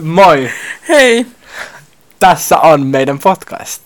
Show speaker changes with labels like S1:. S1: Moi!
S2: Hei!
S1: Tässä on meidän podcast.